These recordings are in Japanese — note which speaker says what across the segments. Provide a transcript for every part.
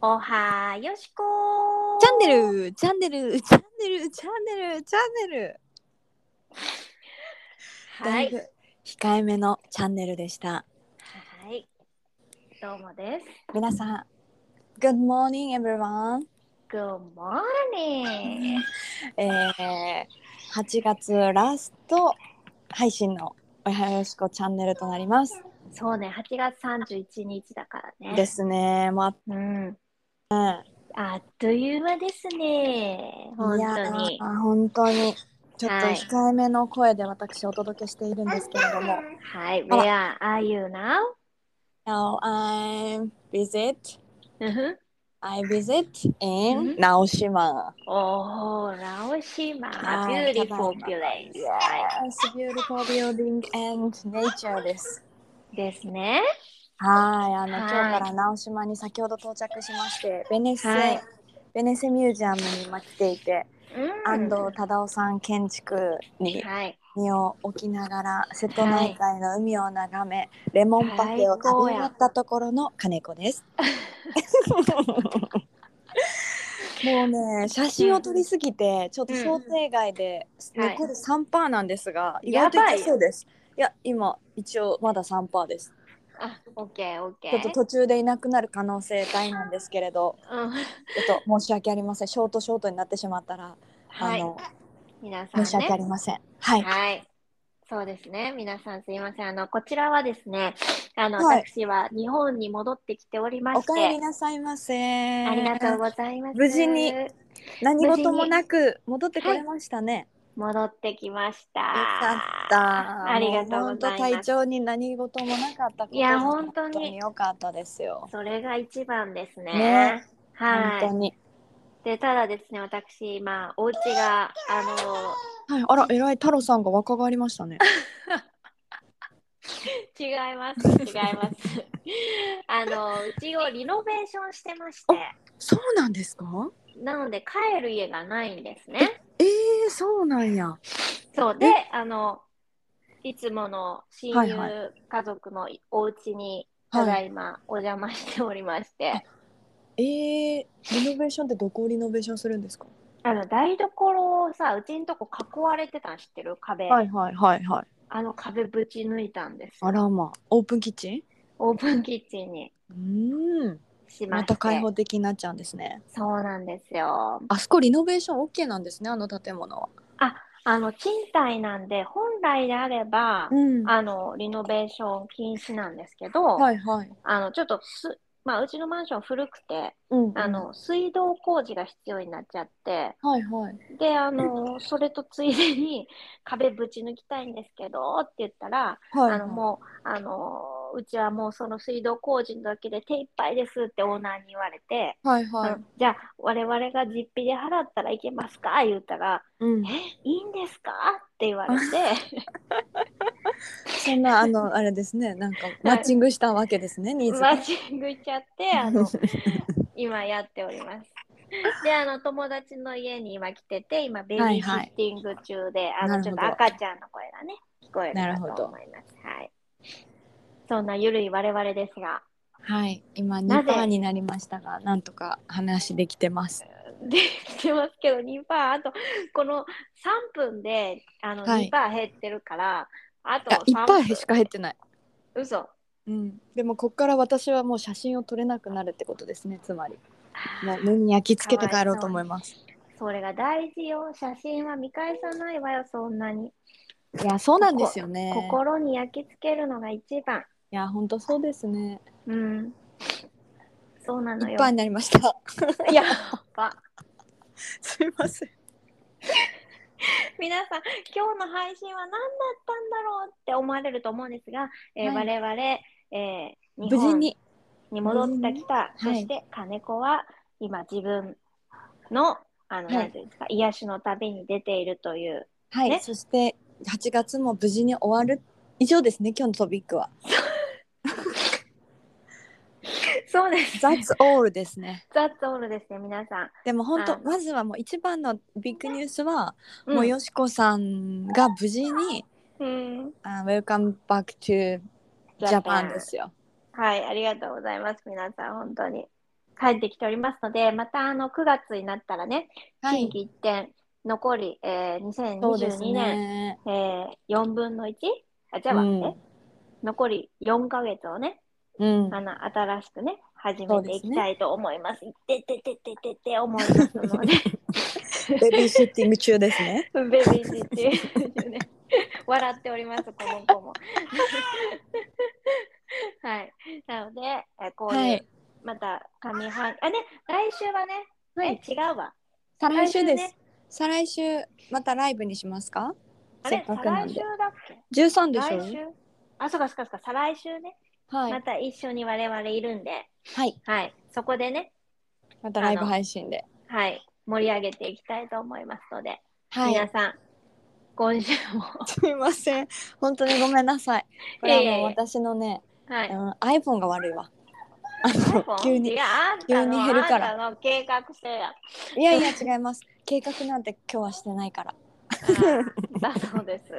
Speaker 1: おはよしこ
Speaker 2: チャンネルチャンネル チャンネルチャンネルチャンネル
Speaker 1: は
Speaker 2: だ
Speaker 1: い
Speaker 2: ぶ控えめのチャンネルでした
Speaker 1: はいどうもです
Speaker 2: 皆さん Good morning everyone
Speaker 1: Good morning
Speaker 2: えー、8月ラスト配信のおはよしこチャンネルとなります
Speaker 1: そうね8月31日だからね
Speaker 2: ですねもう
Speaker 1: うんあっという間ですね
Speaker 2: あ
Speaker 1: 本
Speaker 2: いや
Speaker 1: 当に
Speaker 2: ー本当にちょっと
Speaker 1: はい
Speaker 2: 控えめの声で私お届けしているんですけれども、
Speaker 1: はい
Speaker 2: あ
Speaker 1: Where are you now?
Speaker 2: Now I'm visit
Speaker 1: うんふん
Speaker 2: I visit
Speaker 1: うん
Speaker 2: in 直島。
Speaker 1: おー、ラオシマ、
Speaker 2: はい
Speaker 1: beautiful place。は
Speaker 2: Yes, beautiful building and nature です。
Speaker 1: い。ですね。
Speaker 2: はい、あの、
Speaker 1: はい
Speaker 2: 今日から直島に先ほど到着しまして、ベネッセ、
Speaker 1: はい
Speaker 2: ベネッセミュージアムに今来ていて、
Speaker 1: う
Speaker 2: 安藤忠夫さん建築に
Speaker 1: はい。
Speaker 2: 身を置きながら、瀬戸内海の海を眺め、レモンパフェを食べ終わったところの金 子です。もうね、写真を撮りすぎて、ちょっと想定外で、
Speaker 1: うん
Speaker 2: 残る3パーなんですが、意
Speaker 1: や
Speaker 2: 外と
Speaker 1: ばい
Speaker 2: いけそうです。いや、今、一応まだ3パーです。
Speaker 1: あ、オッケー、オッケ
Speaker 2: ちょっと
Speaker 1: ー。
Speaker 2: 途中でいなくなる可能性大なんですけれど、
Speaker 1: うん。
Speaker 2: ちょっと申し訳ありません。ショートショートになってしまったら、
Speaker 1: はい
Speaker 2: あの、
Speaker 1: 皆さん
Speaker 2: 申し訳あ
Speaker 1: ね。
Speaker 2: りません。はい。
Speaker 1: はい。そうですね。皆さんすいません。あの、こちらはですね、あの、
Speaker 2: はい
Speaker 1: 私は日本に戻ってきておりま
Speaker 2: お
Speaker 1: し
Speaker 2: 帰り
Speaker 1: て、
Speaker 2: なさいませ。
Speaker 1: ありがとうございます。
Speaker 2: 無事に何事もなく戻ってこ
Speaker 1: は
Speaker 2: れ
Speaker 1: い
Speaker 2: ましたね。
Speaker 1: 戻ってきました。
Speaker 2: よかった。
Speaker 1: ありがとうござい
Speaker 2: も本当体
Speaker 1: ます。
Speaker 2: 調に何事もなかったことが
Speaker 1: いや本当に
Speaker 2: 良かったですよ。
Speaker 1: それが一番ですね。
Speaker 2: ね
Speaker 1: はい。
Speaker 2: 本当に。
Speaker 1: で、ただですね、私、今、お家が、あの、
Speaker 2: はい。あら、えらい太郎さんが若返りましたね。
Speaker 1: 違います、違います。 あの、うちをリノベーションしてまして、
Speaker 2: そうなんですか？
Speaker 1: なので、帰る家がないんですね。
Speaker 2: ええそうなんや。
Speaker 1: そう、で、あの、いつもの親
Speaker 2: はいは
Speaker 1: 友家族のお家に、
Speaker 2: は
Speaker 1: ただ
Speaker 2: い
Speaker 1: いま、お邪魔しておりまして、
Speaker 2: ええリノベーションってどこをリノベーションするんですか？
Speaker 1: あの、台所をさ、うちんとこ囲われてたん知ってる壁。
Speaker 2: いはいはいはい。
Speaker 1: あの壁ぶち抜いたんですよ。
Speaker 2: あらまあ、オープンキッチン？
Speaker 1: オープンキッチンに
Speaker 2: うーん。
Speaker 1: しま
Speaker 2: ま
Speaker 1: して。
Speaker 2: た開放的になっちゃうんですね。
Speaker 1: そうなんですよ。
Speaker 2: あそこリノベーション OK なんですね。あの建物は。
Speaker 1: あの賃貸なんで本来であれば、
Speaker 2: んは
Speaker 1: あのリノベーション禁止なんですけど、
Speaker 2: いはい。
Speaker 1: あのちょっとす、まあ、うちのマンション古くて
Speaker 2: うん
Speaker 1: あの水道工事が必要になっちゃって
Speaker 2: はいはい。
Speaker 1: であのそれとついでに壁ぶち抜きたいんですけどって言ったら、
Speaker 2: はい、
Speaker 1: あのもうあのうちはもうその水道工事の時で手一杯ですってオーナーに言われて、
Speaker 2: はいはい。
Speaker 1: うんじゃあ我々が実費で払ったらいけますか言ったら
Speaker 2: うん
Speaker 1: え、いいんですかって言われて、
Speaker 2: そんなあのあれですね、なん かマッチングしたわけですね、ニーズ
Speaker 1: マ
Speaker 2: が。
Speaker 1: ッチングしちゃって、あ の、今やっております。で、あの、友達の家に今来てて、今、ベビーシッティング中で、あの、
Speaker 2: な
Speaker 1: ち
Speaker 2: る
Speaker 1: ょっ
Speaker 2: ほ
Speaker 1: と
Speaker 2: ど
Speaker 1: 赤ちゃんの声がね、聞こえる
Speaker 2: なる
Speaker 1: か
Speaker 2: ほど
Speaker 1: と思います。はい。そんなゆるい我々ですが、
Speaker 2: はい、今
Speaker 1: な
Speaker 2: 2
Speaker 1: ぜ
Speaker 2: パーになりましたが、なんとか話できてます。
Speaker 1: できてますけど、2%、あと、この3分で、あの、
Speaker 2: はい
Speaker 1: 2%減ってるから、あと
Speaker 2: あ、1
Speaker 1: 3
Speaker 2: パ
Speaker 1: 分、
Speaker 2: ーしか減ってない。
Speaker 1: 嘘。
Speaker 2: うん、でもこっから私はもう写真を撮れなくなるってことですね、つまり。もう目に焼き付けて帰ろうと思います。
Speaker 1: それが大事よ。写真は見返さないわよ、そんなに。
Speaker 2: いや、そうなんですよね。
Speaker 1: 心に焼き付けるのが一番。
Speaker 2: いや、本当そうですね。
Speaker 1: うん。そうなの
Speaker 2: 1
Speaker 1: よ。
Speaker 2: パーになりました。
Speaker 1: いや、ば
Speaker 2: すいません。
Speaker 1: 皆さん、今日の配信は何だったんだろうって思われると思うんですが、えー
Speaker 2: はい
Speaker 1: 我々、えー日
Speaker 2: 無事
Speaker 1: 本に
Speaker 2: に。
Speaker 1: 戻ってきた、
Speaker 2: 無事に
Speaker 1: そして金子は今自分の、あの、
Speaker 2: はい
Speaker 1: なんていうんですか、癒しの旅に出ているという、
Speaker 2: はい、
Speaker 1: ね
Speaker 2: そして8月も無事に終わる。以上ですね、今日のトピックは。
Speaker 1: そうです。
Speaker 2: That's all ですね。
Speaker 1: ザッツオールですね、皆さん。
Speaker 2: でも本
Speaker 1: あ
Speaker 2: 当まずはもう一番のビッグニュースは、
Speaker 1: うん
Speaker 2: もうよしこさんが無事に
Speaker 1: うん。
Speaker 2: 「あ Welcome back to Japan」ですよ。
Speaker 1: はい、ありがとうございます、皆さん、本当に。帰ってきておりますので、またあの9月になったらね、近畿一点、残り、えー、
Speaker 2: そうです
Speaker 1: 2022年、
Speaker 2: ね。
Speaker 1: えー、4分の 1? あ、じゃあ待って、
Speaker 2: うん
Speaker 1: 残り4ヶ月をね、
Speaker 2: うん。
Speaker 1: あの新しくね、始
Speaker 2: そ
Speaker 1: め
Speaker 2: う
Speaker 1: て
Speaker 2: で
Speaker 1: い
Speaker 2: す
Speaker 1: き
Speaker 2: ね
Speaker 1: たいと思います。いてててててて思いますので、
Speaker 2: ベビーシッティング中ですね。
Speaker 1: ベビーシッティング中ね、笑っております、この子も。はい。なので、えこういう、
Speaker 2: はい
Speaker 1: また上半あ、ね、来週はね、
Speaker 2: はい。
Speaker 1: え違うわ。
Speaker 2: 再来週で
Speaker 1: ね
Speaker 2: す。再来週またライブにしますか？
Speaker 1: あ
Speaker 2: せ
Speaker 1: れ
Speaker 2: っ、
Speaker 1: 再
Speaker 2: かくな
Speaker 1: 来
Speaker 2: ん
Speaker 1: 週
Speaker 2: で
Speaker 1: だ。っけ
Speaker 2: 十三でし
Speaker 1: 来週
Speaker 2: ょ？
Speaker 1: あ、そうかそうかそうか、再来週ね、
Speaker 2: は
Speaker 1: ま
Speaker 2: い
Speaker 1: た一緒に我々いるんで、
Speaker 2: はい。
Speaker 1: はい、そこでね、
Speaker 2: またライブ配信で。
Speaker 1: はい、盛り上げていきたいと思いますので、
Speaker 2: はい。
Speaker 1: 皆さん、今週も、
Speaker 2: すみません。本当にごめんなさい。こ
Speaker 1: い
Speaker 2: れ
Speaker 1: えいえ
Speaker 2: あの私のね、
Speaker 1: はい
Speaker 2: うん iPhone が悪いわ。あの
Speaker 1: iPhone？
Speaker 2: 急に
Speaker 1: いや、あんた
Speaker 2: 急
Speaker 1: の
Speaker 2: に減るから
Speaker 1: あんたの計画してや。
Speaker 2: いやいや違います。計画なんて今日はしてないから。
Speaker 1: だそうです。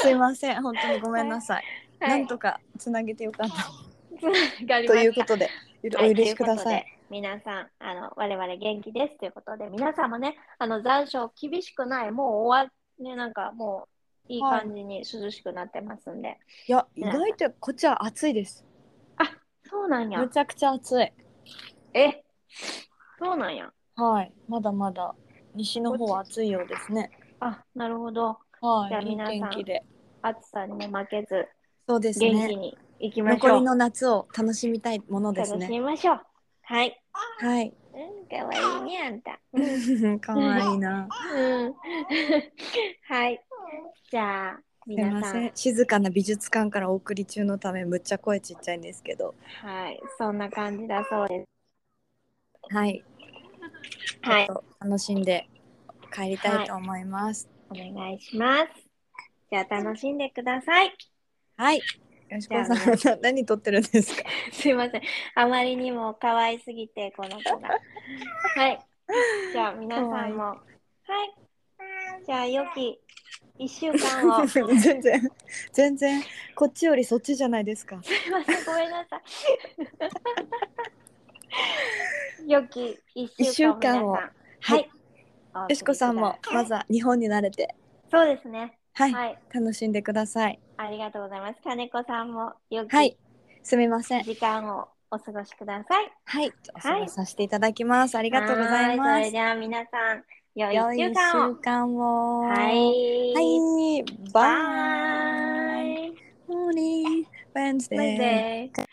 Speaker 2: すいません。本当にごめんなさい。
Speaker 1: は
Speaker 2: なんとかつなげてよかった。
Speaker 1: つながりま
Speaker 2: と
Speaker 1: した
Speaker 2: いうことで、ゆる
Speaker 1: はい
Speaker 2: お許しください。。
Speaker 1: ということで皆さん、あの我々元気ですということで、皆さんもね、あの残暑厳しくない、もう終わねなんかもういい感じに涼しくなってますんで、
Speaker 2: いや意外とこっちは暑いです。
Speaker 1: そうなんや
Speaker 2: む。ちゃくちゃ暑い。
Speaker 1: え、そうなんや。
Speaker 2: はい。まだまだ西の方は暑いようですね。
Speaker 1: あ、なるほど。
Speaker 2: は
Speaker 1: じゃあ
Speaker 2: い。いい
Speaker 1: 皆さん
Speaker 2: 天気で。
Speaker 1: 暑さにも負けず、
Speaker 2: そうです
Speaker 1: 元気
Speaker 2: ね。
Speaker 1: に行きまし
Speaker 2: 残
Speaker 1: ょう。
Speaker 2: りの夏を楽しみたいものです
Speaker 1: 楽し
Speaker 2: ね。
Speaker 1: みましょう。はい。
Speaker 2: はい。
Speaker 1: うん、かわいいね、あんた。
Speaker 2: かわいいな。
Speaker 1: うん。 はい。じゃあ、
Speaker 2: すい
Speaker 1: 皆
Speaker 2: ま
Speaker 1: さ
Speaker 2: せ
Speaker 1: ん
Speaker 2: ん。静かな美術館からお送り中のためむっちゃ声ちっちゃいんですけど
Speaker 1: はい。そんな感じだそうです。
Speaker 2: はい、
Speaker 1: はい。
Speaker 2: ちょっと楽しんで帰りたいと思います
Speaker 1: お願いします。じゃあ、楽しんでください。
Speaker 2: はい、よしこさ
Speaker 1: じゃあね
Speaker 2: んな 何撮ってるんですか
Speaker 1: すいません。あまりにも可愛すぎて、この子が。はい。じゃあ、皆さんも。はい。じゃあ、良き一週間を。 す
Speaker 2: 全然全然こっちよりそっちじゃないですか
Speaker 1: いません。ごめんなさい。 良き一週間を皆さん。はい。
Speaker 2: よしこさんもまずは日本に慣れて
Speaker 1: そうですね。
Speaker 2: はい、
Speaker 1: はい。
Speaker 2: 楽しんでください
Speaker 1: ありがとうございます。金子さんも良
Speaker 2: は
Speaker 1: き
Speaker 2: いすみません
Speaker 1: 時間をお過ごしください。
Speaker 2: はいお過ごしさせていただきます、ありがとうござい
Speaker 1: は
Speaker 2: ま
Speaker 1: ーそれ
Speaker 2: す
Speaker 1: では皆さん、良
Speaker 2: 良
Speaker 1: い
Speaker 2: い
Speaker 1: 一週
Speaker 2: 一
Speaker 1: 間
Speaker 2: 週
Speaker 1: を。
Speaker 2: 間を
Speaker 1: はい。
Speaker 2: はいバ
Speaker 1: バ
Speaker 2: イ
Speaker 1: イ。
Speaker 2: Morning, Wednesday.
Speaker 1: バイバイ。